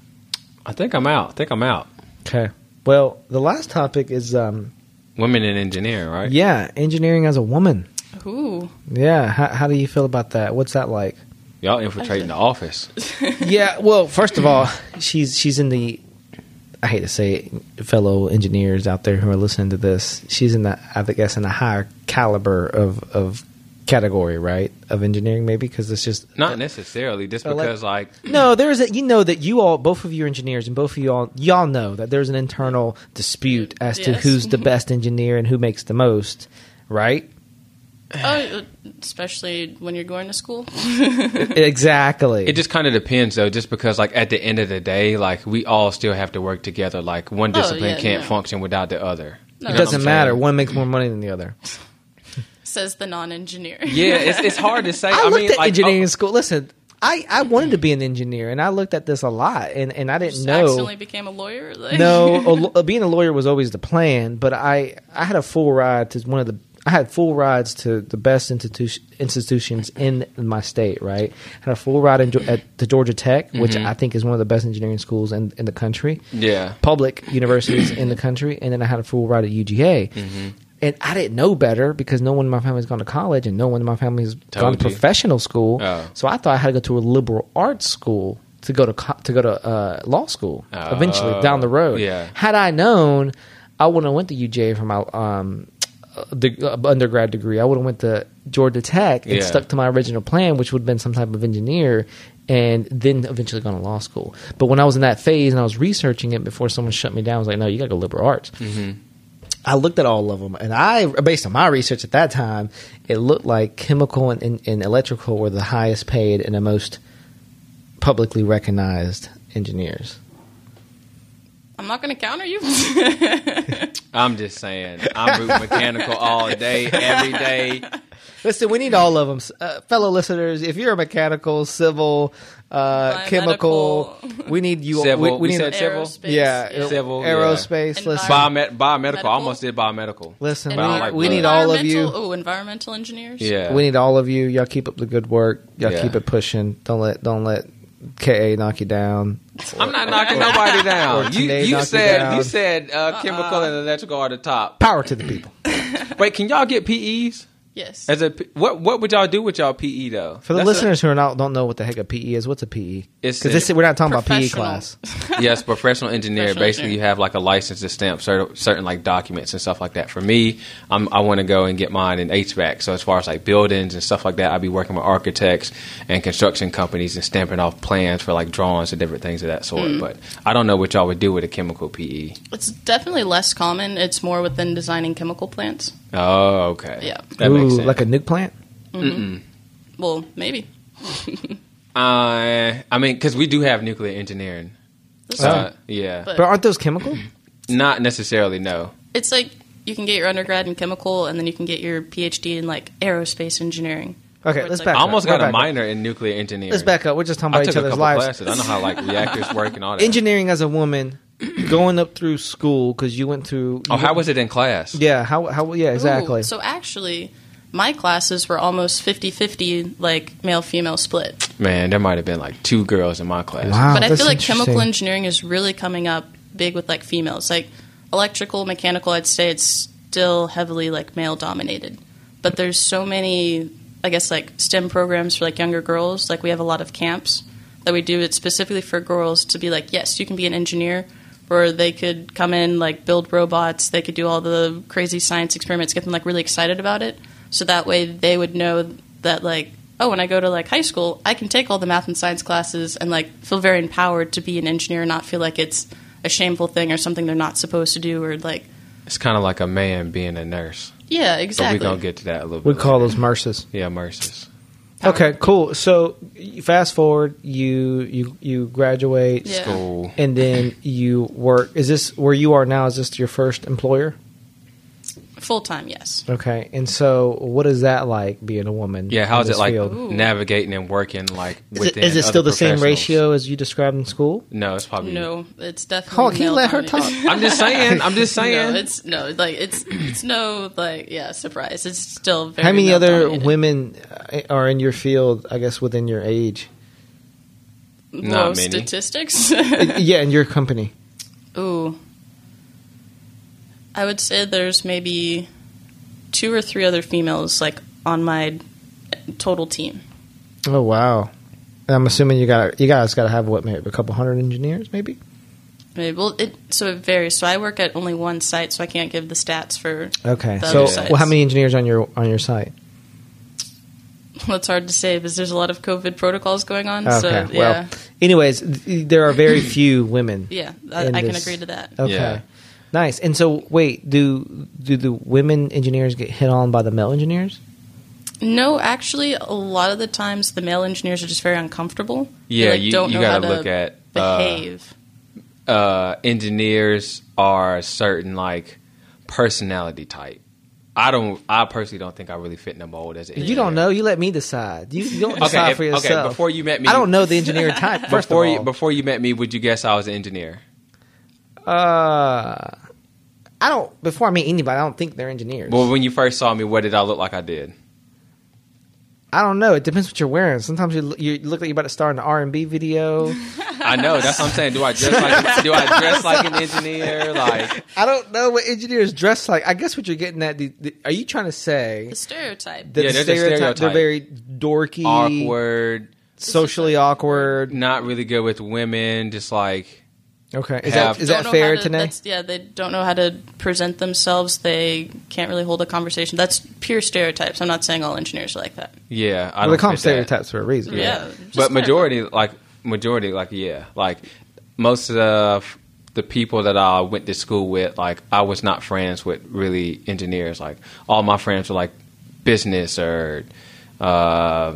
A: I think I'm out. I think I'm out.
B: Okay. Well, the last topic is um,
A: Women in engineering, right?
B: yeah, engineering as a woman.
C: Ooh.
B: Yeah, how, how do you feel about that? What's that like?
A: Y'all infiltrating the office.
B: yeah, well, first of all, she's she's in the I hate to say it, fellow engineers out there who are listening to this. She's in the I would guess in the higher caliber of of category, right? Of engineering maybe because it's just
A: Not necessarily, just
B: I like-
A: because like
B: No, there is a you know that you all both of you are engineers and both of you all y'all know that there's an internal dispute as to
C: Yes.
B: who's the best engineer and who makes the most, right?
C: Oh, especially when you're going to school.
B: exactly.
A: It just kind of depends, though, just because, like, at the end of the day, like, we all still have to work together. Like, one
C: Oh,
A: discipline
C: yeah,
A: can't
C: no.
A: function without the other.
C: No,
A: You
B: It
A: know
B: doesn't
A: what I'm
B: matter.
A: saying?
B: One makes more money than the other.
C: Says the non-engineer.
A: Yeah, it's, it's hard to say.
B: I,
A: I,
B: looked
A: mean,
B: at
A: like,
B: engineering
A: oh,
B: school. Listen, I, I wanted to be an engineer, and I looked at this a lot, and, and I didn't
C: Just
B: know.
C: accidentally became a lawyer. Like,
B: no, a lo- being a lawyer was always the plan, but I, I had a full ride to one of the I had full rides to the best institu- institutions in my state. Right, had a full ride in, Ge- at the Georgia Tech, which
A: Mm-hmm.
B: I think is one of the best engineering schools in, in the country
A: yeah.
B: public universities in the country, and then I had a full ride at UGA.
A: Mm-hmm.
B: And I didn't know better because no one in my family has gone to college and no one in my family has gone to
A: you.
B: professional school.
A: Oh.
B: So I thought I had to go to a liberal arts school to go to co- to go to uh, law school eventually
A: Oh,
B: down the road.
A: yeah.
B: Had I known, I wouldn't have went to UGA for my um, uh, de- uh, undergrad degree. I would have went to Georgia Tech and
A: Yeah.
B: stuck to my original plan, which would have been some type of engineer, and then eventually gone to law school. But when I was in that phase and I was researching it before someone shut me down, I was like, "No, you got to go liberal arts."
A: Mm-hmm.
B: I looked at all of them, and I, based on my research at that time, it looked like chemical and, and, and electrical were the highest paid and the most publicly recognized engineers.
C: I'm not going to counter you.
A: I'm just saying. I'm root mechanical all day, every day.
B: Listen, we need all of them, uh, fellow listeners. If you're a mechanical, civil, uh, chemical,
C: Biomedical.
B: we need you.
A: Civil.
B: We, we
A: We
B: need
A: said civil?
C: Aerospace,
B: yeah,
C: yeah.
A: Civil, yeah.
B: aerospace.
C: And
B: Listen,
C: bio-
A: Biomed- biomedical. I
C: Medical.
A: almost did biomedical.
B: listen, we,
A: Bio-
B: need-
A: like
B: we
A: blood.
B: need all of you.
C: Oh, environmental engineers.
A: Yeah.
B: We need all of you. Y'all keep up the good work. Y'all
A: Yeah.
B: keep it pushing. Don't let don't let Ka knock you down.
A: I'm not knocking nobody
B: Or
A: down. You,
B: today knock
A: you
B: you
A: said
B: down.
A: you said
B: Uh-uh.
A: uh, chemical and electrical are the top.
B: Power to the people.
A: Wait, can y'all get PEs?
C: Yes.
A: As a P- what what would y'all do with y'all PE though?
B: For the
A: That's a-
B: listeners who are not don't know what the heck a PE is, what's a PE?
A: It's
B: Because
A: a-
B: this we're not talking about PE
C: Professional.
B: class.
A: yes, professional engineer.
C: Professional
A: Basically,
C: engineer.
A: you have like a license to stamp certain, certain like documents and stuff like that. For me, I'm, I want to go and get mine in HVAC. So as far as like buildings and stuff like that, I'd be working with architects and construction companies and stamping off plans for like drawings and different things of that sort.
C: Mm-hmm.
A: But I don't know what y'all would do with a chemical E. PE.
C: It's definitely less common. It's more within designing chemical plants.
A: Oh, okay.
C: Yeah.
A: that
B: Ooh,
A: makes sense.
B: like a nuke plant.
C: Well, maybe.
A: uh, I mean, because we do have nuclear engineering.
C: This
B: Oh.
A: Uh,
C: one.
A: yeah,
C: But-
B: But aren't those chemical?
A: not necessarily. No.
C: It's like you can get your undergrad in chemical, and then you can get your PhD in like aerospace engineering.
B: Okay,
C: Where
B: let's
C: it's
B: back
A: I
B: up.
A: almost
B: We're
A: got a
B: back up.
A: minor in nuclear engineering.
B: Let's back up. We're just talking
A: I
B: about
A: took
B: each
A: a
B: other's
A: couple
B: lives.
A: classes. I know how like reactors work and all that.
B: Engineering as a woman, going up through school because you went through.
A: Oh, how was it in class?
B: Yeah, how how yeah exactly.
C: Ooh, so actually, my classes were almost 50-50, like male female split.
A: Man, there might have been like two girls in my class.
B: Wow.
C: but I
B: that's
C: feel like chemical
B: interesting.
C: engineering is really coming up big with like females. Like electrical, mechanical, I'd say it's still heavily like male dominated. But there's so many, I guess, like STEM programs for like younger girls. Like we have a lot of camps that we do. It's specifically for girls to be like, yes, you can be an engineer, or they could come in like build robots. They could do all the crazy science experiments, get them like really excited about it. So that way they would know that like oh, when I go to like high school, I can take all the math and science classes and like feel very empowered to be an engineer and not feel like it's a shameful thing or something they're not supposed to do or like
A: It's kind of like a man being a nurse.
C: yeah
A: But
C: exactly
A: we're going to get to that a little
B: We
A: bit.
B: call
A: later.
B: those merces.
A: Yeah, mercies.
B: Okay, cool. So y- fast forward, you you you graduate,
C: Yeah.
A: School.
B: and then you work. Is this where you are now? Is this your first employer?
C: full time yes
B: Okay, and so what is that like being a woman?
A: Yeah,
B: in
A: how's it
B: this
A: like
B: field?
C: Ooh.
A: navigating and working like
B: Is it,
A: within
B: is it
A: other
B: still the same
A: professionals?
B: ratio as you described in school?
A: No, it's probably
C: no it's definitely
B: Call, can you
C: male
B: let her
C: dominated.
B: talk?
A: I'm just saying. I'm just saying.
C: no it's no like it's it's no like yeah surprise it's still very
B: How many
C: male
B: other
C: dominated.
B: women uh, are in your field? I guess within your age.
C: Low
A: Not many.
C: statistics
B: yeah, in your company.
C: Ooh. I would say there's maybe two or three other females like on my total team.
B: Oh wow! And I'm assuming you got you guys got to have what maybe a couple hundred engineers, maybe.
C: Maybe- Well, it so it varies. So I work at only one site, so I can't give the stats for.
B: Okay,
C: The
B: so
C: other sites.
B: well, how many engineers on your on your site?
C: Well, it's hard to say because there's a lot of COVID protocols going on. So yeah,
B: well, anyways, th- there are very few women.
C: yeah, I,
B: in
C: I can
B: this-
C: agree to that.
B: Okay,
A: Yeah.
B: nice. And so, wait do do the women engineers get hit on by the male engineers?
C: No, actually, a lot of the times the male engineers are just very uncomfortable. They,
A: Yeah,
C: like,
A: you,
C: don't
A: you
C: know
A: got
C: how
A: to look at uh,
C: behave.
A: uh, engineers are a certain like personality type. I don't. I personally don't think I really fit in the mold as an
B: You don't
A: engineer.
B: know. You let me decide. You, you don't
A: Okay,
B: decide
A: if-
B: for
A: okay,
B: yourself.
A: before you met me-
B: I don't know the engineer type. First
A: before
B: of all,
A: you before you met me, would you guess I was an engineer?
B: uh, I don't. Before I meet anybody, I don't think they're engineers.
A: Well, when you first saw me, what did I look like? I did.
B: I don't know. It depends what you're wearing. Sometimes you look, you look like you're about to star in an R and B video.
A: I know. That's what I'm saying. Do I dress like Do I dress like an engineer? Like
B: I don't know what engineers dress like. I guess what you're getting at. The, the, are you trying to say
C: The stereotype.
B: that
A: Yeah, they're
B: the
A: just
B: stereotype, they're
A: stereotype.
B: very dorky,
A: awkward,
B: socially awkward?
A: not really good with women. Just like
B: Okay, is
A: Have-
B: that is
C: don't
B: that
C: know
B: fair
C: how to,
B: today?
C: that's- Yeah, they don't know how to present themselves. They can't really hold a conversation. That's pure stereotypes. I'm not saying all engineers are like that.
A: yeah. I
B: Well,
A: don't
B: they call them
A: fit that.
B: stereotypes for a reason.
C: Yeah, just
A: but
C: clarify.
A: majority like majority like yeah like most of the the people that I went to school with like I was not friends with really engineers like all my friends were like business or uh,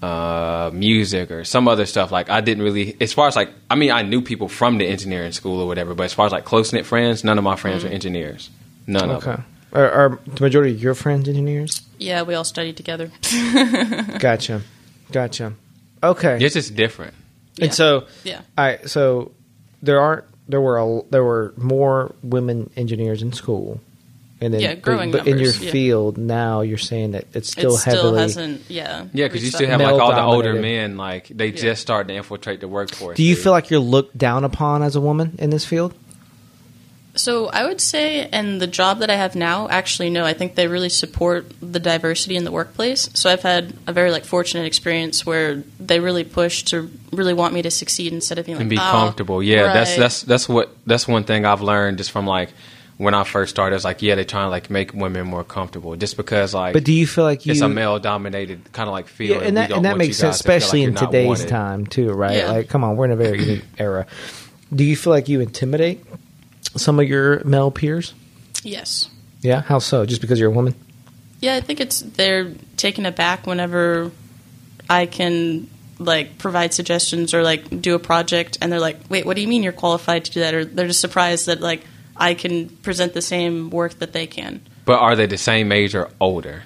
A: uh, music or some other stuff like I didn't really as far as like I mean I knew people from the engineering school or whatever but as far as like close knit friends none of my friends were engineers none of
B: Okay.
A: them
B: Are, are the majority of your friends engineers?
C: Yeah, we all studied together.
B: Gotcha, gotcha. Okay,
A: it's just different
C: Yeah.
B: and so
C: yeah.
B: All right, so there aren't there were a, there were more women engineers in school, and then
C: Yeah, growing
B: but, but in your
C: numbers, yeah.
B: field now, you're saying that it's
C: It
B: still
C: still
B: heavily.
C: hasn't. Yeah.
A: yeah because you
C: reached
A: still
C: that-
A: have like all the older
B: Male-dominated.
A: men like they just starting to infiltrate the workforce
B: Do you
A: dude.
B: feel like you're looked down upon as a woman in this field?
C: So I would say, and the job that I have now, actually, no, I think they really support the diversity in the workplace. So I've had a very like fortunate experience where they really push to really want me to succeed instead of being like
A: and be
C: "Oh,
A: comfortable. Yeah, that's
C: right."
A: that's that's what that's one thing I've learned just from like when I first started. It's like yeah, they're trying to like make women more comfortable just because like
B: But do you feel like you?
A: it's a male dominated kind of like field,
B: Yeah, and
A: we
B: that
A: don't
B: and that
A: want
B: makes
A: you guys
B: sense,
A: to feel like
B: especially
A: you're
B: in
A: not
B: today's
A: wanted.
B: time too, right?
C: Yeah.
B: Like, come on, we're in a very unique era. Do you feel like you intimidate some of your male peers?
C: yes.
B: Yeah, how so? Just because you're a woman?
C: Yeah, I think it's they're taken aback whenever I can like provide suggestions or like do a project, and they're like, "Wait, what do you mean you're qualified to do that?" Or they're just surprised that like I can present the same work that they can.
A: But are they the same age or older?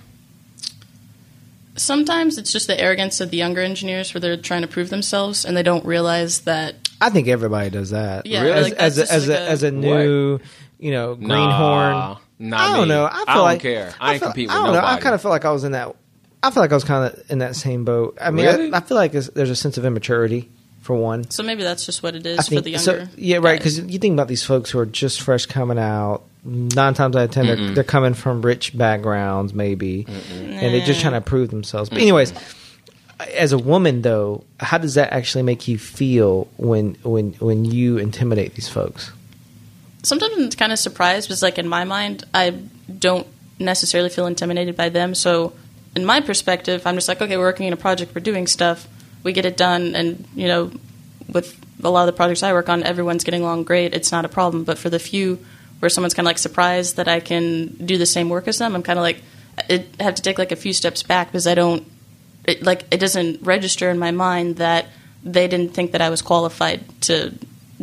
C: Sometimes it's just the arrogance of the younger engineers where they're trying to prove themselves and they don't realize that.
B: I think everybody does that.
C: Yeah, Really? like,
B: As,
C: that's
B: as, a, as, a,
C: just like a-
B: as a new, you know, greenhorn.
A: Nah, not
B: I don't
A: me.
B: know. I, feel
A: don't
B: like,
A: care. I, ain't
B: feel-
A: compete with
B: I don't
A: nobody.
B: Know. I kind of feel like I was in that. I feel like I was kind of in that same boat. I mean,
A: Really?
B: I, I feel like it's- there's a sense of immaturity for one.
C: So maybe that's just what it is
B: I
C: for the younger.
B: yeah, right.
C: guys.
B: Because you think about these folks who are just fresh coming out. Nine times out of 10 they they're, they're coming from rich backgrounds, maybe, and they're just trying to prove themselves. But anyways, as a woman, though, how does that actually make you feel when when when you intimidate these folks?
C: sometimes I'm kind of surprised because, like, in my mind, I don't necessarily feel intimidated by them. So, in my perspective, I'm just like, okay, we're working in a project, we're doing stuff, we get it done, and you know, with a lot of the projects I work on, everyone's getting along great. It's not a problem. But for the few where someone's kind of like surprised that I can do the same work as them, I'm kind of like, I I have to take like a few steps back because I don't, it, like, it doesn't register in my mind that they didn't think that I was qualified to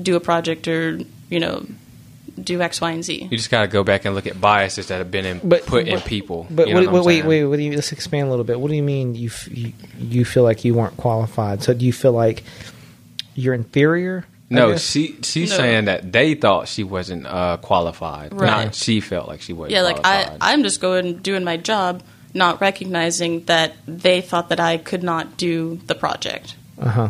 C: do a project or, you know, do X, Y, and Z.
A: You just got to go back and look at biases that have been in,
B: But-
A: put in
B: but-
A: people.
B: But
A: You know
B: what,
A: what I'm
B: what, wait,
A: saying?
B: wait, what do you? Let's expand a little bit. What do you mean you, f- you you feel like you weren't qualified? So do you feel like you're inferior? I
A: No,
B: guess?
A: she she's
C: No.
A: saying that they thought she wasn't uh, qualified.
C: Right.
A: Not she felt like she wasn't.
C: Yeah, like I,
A: qualified.
C: I'm just going doing my job, not recognizing that they thought that I could not do the project.
B: Uh-huh.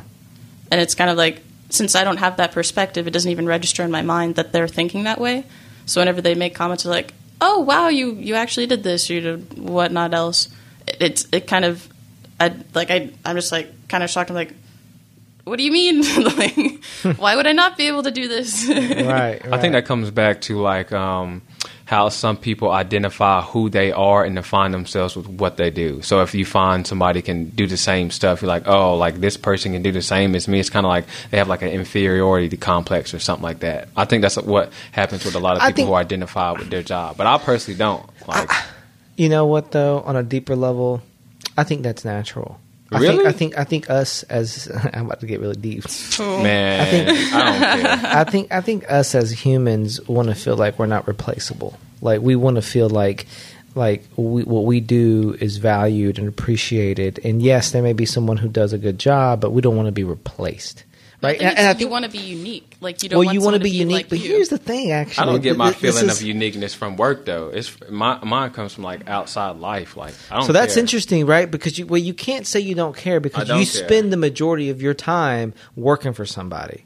C: And it's kind of like since I don't have that perspective, it doesn't even register in my mind that they're thinking that way. So whenever they make comments like, "Oh wow, you you actually did this," you did whatnot else, it, it's it kind of, I like I I'm just like kind of shocked. I'm like, what do you mean? like, why would I not be able to do this?
A: I
B: Right,
A: think
B: right.
A: that comes back to like um, how some people identify who they are and define themselves with what they do. So if you find somebody can do the same stuff, you're like, oh, like this person can do the same as me. It's kind of like they have like an inferiority complex or something like that. I think that's what happens with a lot of
B: I
A: people
B: think-
A: who identify with their job. But I personally don't. Like,
B: You know what though? On a deeper level, I think that's natural.
A: Really?
B: I think I think, I think us as I'm about to get really deep.
A: man, I,
B: oh. think-
A: don't care.
B: I think I think us as humans want to feel like we're not replaceable. Like we want to feel like like we, what we do is valued and appreciated. And yes, there may be someone who does a good job, but we don't want to be replaced,
C: I
B: right?
C: think it's-
B: I
C: you
B: think-
C: want to be unique. Like you don't.
B: well,
C: want
B: you want to be unique,
C: unique, like
B: but
C: you.
B: here's the thing. Actually,
A: I don't get my
B: Th- this
A: feeling
B: is-
A: of uniqueness from work though. It's my mine comes from like outside life. Like I don't.
B: So that's
A: care.
B: interesting, right? Because you, well, you can't say you don't care because
A: don't
B: you
A: care.
B: spend the majority of your time working for somebody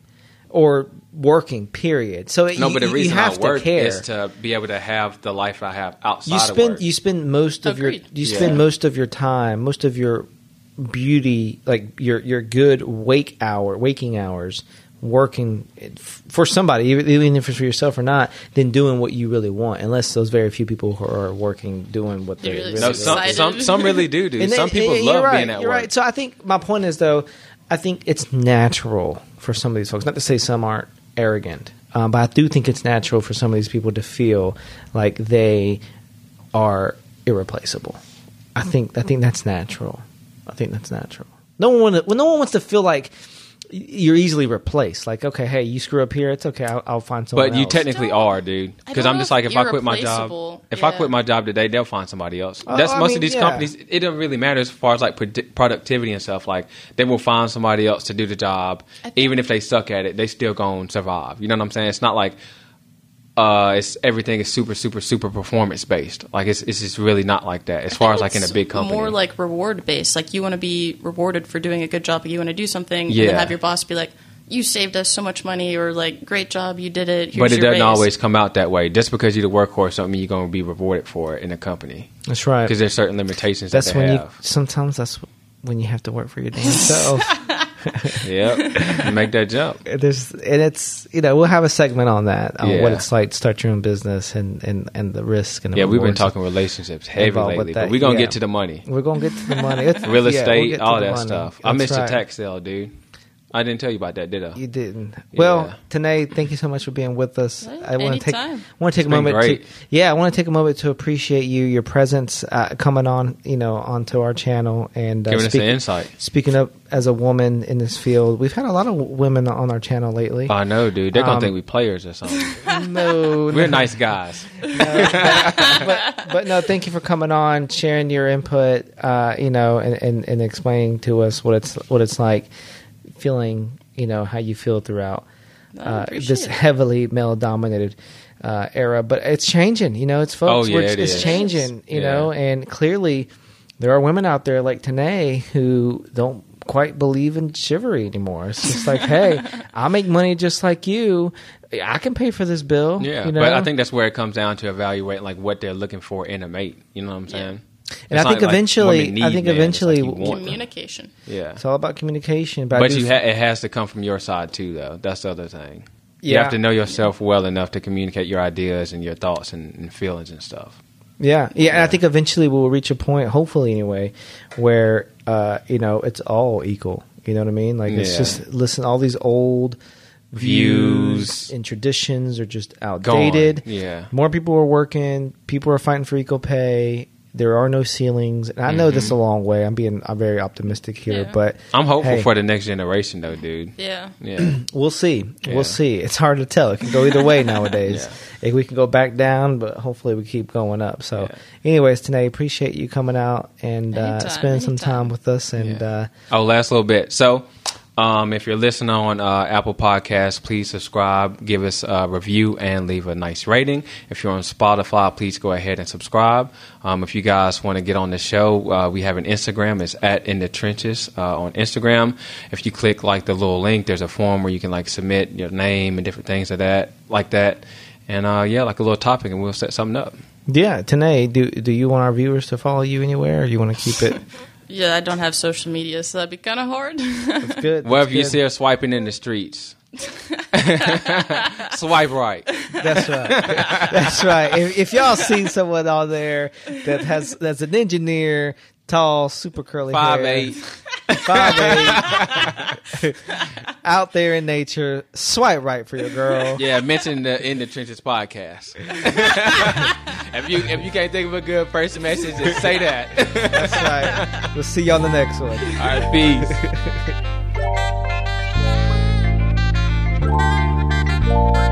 B: or working. Period. So it,
A: No,
B: you,
A: but the
B: you
A: reason
B: have
A: I work
B: to care.
A: is to be able to have the life I have outside
B: you
A: of
B: spend
A: work.
B: you spend most of your
C: Agreed.
B: you
A: Yeah.
B: spend most of your time, most of your beauty, like your your good wake hour, waking hours, working f- for somebody, even even if it's for yourself or not, than doing what you really want. Unless those very few people who are working doing what they
C: They're really
B: really
A: no,
C: so
A: some,
C: excited.
A: some some really do do.
B: and they-
A: some people
B: and you're
A: love
B: right,
A: being at
B: you're
A: work.
B: Right. So I think my point is though, I think it's natural for some of these folks. Not to say some aren't arrogant, um, but I do think it's natural for some of these people to feel like they are irreplaceable. I think I think that's natural. I think that's natural. No one want well, no one wants to feel like you're easily replaced. Like okay, hey, you screw up here, it's okay. I'll, I'll find someone.
A: But you
B: else.
A: technically
C: Don't-
A: are, dude.
C: I
A: Because
C: don't
A: I'm
C: know
A: just
C: if
A: like if I quit my job,
C: irreplaceable.
A: if I
C: Yeah.
A: quit my job today, they'll find somebody else.
B: Oh,
A: That's
B: I
A: most
B: mean,
A: of these
B: yeah.
A: companies. It doesn't really matter as far as like predi- productivity and stuff. Like they will find somebody else to do the job,
C: think-
A: even if they suck at it. They still gonna survive. You know what I'm saying? It's not like. Uh, it's everything is super, super, super performance based. Like it's, it's just really not like that. As far as like in a
C: it's
A: big company,
C: More like reward based. Like you want to be rewarded for doing a good job. You want to do something, and
A: Yeah.
C: then have your boss be like, "You saved us so much money," or like, "Great job, you did it." Here's
A: but it
C: your
A: doesn't
C: raise."
A: always come out that way. Just because you're the workhorse, don't mean you're going to be rewarded for it in a company
B: That's right.
A: because there's certain limitations
B: That's
A: that they
B: when you
A: have.
B: sometimes that's when you have to work for your damn self.
A: yep, You make that jump.
B: there's and it's you know we'll have a segment on that on what
A: Yeah.
B: it's like to start your own business and and and the risk and the
A: Yeah, we've been
B: rewards.
A: talking relationships heavy
B: Involved with
A: lately,
B: that,
A: but we're gonna
B: yeah.
A: get to the money,
B: we're gonna get to the money It's-
A: real
B: yeah,
A: estate,
B: we'll get to
A: all
B: the
A: that
B: money.
A: stuff. I
B: That's
A: missed your
B: right.
A: tax sale, dude. I didn't tell you about that, did I?
B: you didn't well
A: Yeah.
B: Tanae, thank you so much for being with us
C: Well,
B: I want to take
C: anytime.
B: want to take a
A: been
B: moment
A: great.
B: to yeah I want to take a moment to appreciate you your presence uh, coming on you know onto our channel and uh,
A: Giving us
B: speak-
A: the insight.
B: speaking up as a woman in this field we've had a lot of women on our channel lately
A: I know, dude. They're gonna
B: Um,
A: think we players or something.
B: no
A: We're nice guys.
B: but, but no, thank you for coming on, sharing your input, uh, you know, and, and, and explaining to us what it's what it's like feeling, you know, how you feel throughout
C: I
B: uh,
C: appreciate
B: this
C: it.
B: heavily male dominated uh, era. But it's changing, you know, it's folks,
A: Oh, yeah,
B: we're-
A: it
B: it's
A: is.
B: changing, you know,
A: Yeah.
B: and clearly there are women out there like Tanae who don't quite believe in chivalry anymore. It's just like, hey, I make money just like you. I can pay for this bill.
A: Yeah,
B: you know?
A: but I think that's where it comes down to evaluating like what they're looking for in a mate. You know what I'm saying?
B: And
A: It's
B: I think
A: not like
B: eventually-
A: women need
B: I think
A: men, it's like
B: eventually-
A: you want them.
C: communication.
A: yeah.
B: it's all about communication. But, I
A: But
B: do
A: you
B: f-
A: ha- it has to come from your side too, though. That's the other thing. You
B: Yeah.
A: have to know yourself well enough to communicate your ideas and your thoughts and, and feelings and stuff.
B: Yeah, yeah, and I think eventually we'll reach a point, hopefully anyway, where uh, you know it's all equal. You know what I mean? Like it's
A: Yeah.
B: just listen. All these old
A: Views.
B: and traditions are just
A: Gone.
B: outdated.
A: Yeah.
B: More people are working. People are fighting for equal pay. There are no ceilings. And I know this
A: Mm-hmm.
B: a long way. I'm being I'm very optimistic here,
C: Yeah.
B: but
A: I'm hopeful
B: Hey.
A: for the next generation, though, dude.
C: Yeah.
A: Yeah.
B: We'll see.
A: Yeah.
B: We'll see. It's hard to tell. It can go either way nowadays. If we can go back down, but hopefully we keep going up. So,
A: Yeah.
B: anyways, today appreciate you coming out and uh,
C: Anytime,
B: spending some
C: anytime.
B: time with us. And
A: Yeah.
B: uh,
A: Oh, last little bit. So, um, if you're listening on uh, Apple Podcasts, please subscribe, give us a review, and leave a nice rating. If you're on Spotify, please go ahead and subscribe. Um, if you guys want to get on the show, uh, we have an Instagram. It's at In the Trenches uh, on Instagram. If you click like the little link, there's a form where you can like submit your name and different things of that, like that. And uh, yeah, like a little topic, and we'll set something up.
B: yeah, today, do do you want our viewers to follow you anywhere, or you want to keep it
C: Yeah, I don't have social media, so that'd be kind of hard.
B: It's good?
A: Well,
B: That's
A: if you
B: good.
A: see us swiping in the streets, swipe right.
B: That's right. That's right. If, if y'all see someone out there that has that's an engineer, tall, super curly,
A: Five
B: hair,
A: eight.
B: five eight, out there in nature, swipe right for your girl.
A: Yeah, mention the in the trenches podcast. if you if you can't think of a good first message, just say that.
B: That's right. We'll see you on the next one.
A: All right, peace.
D: Thank you.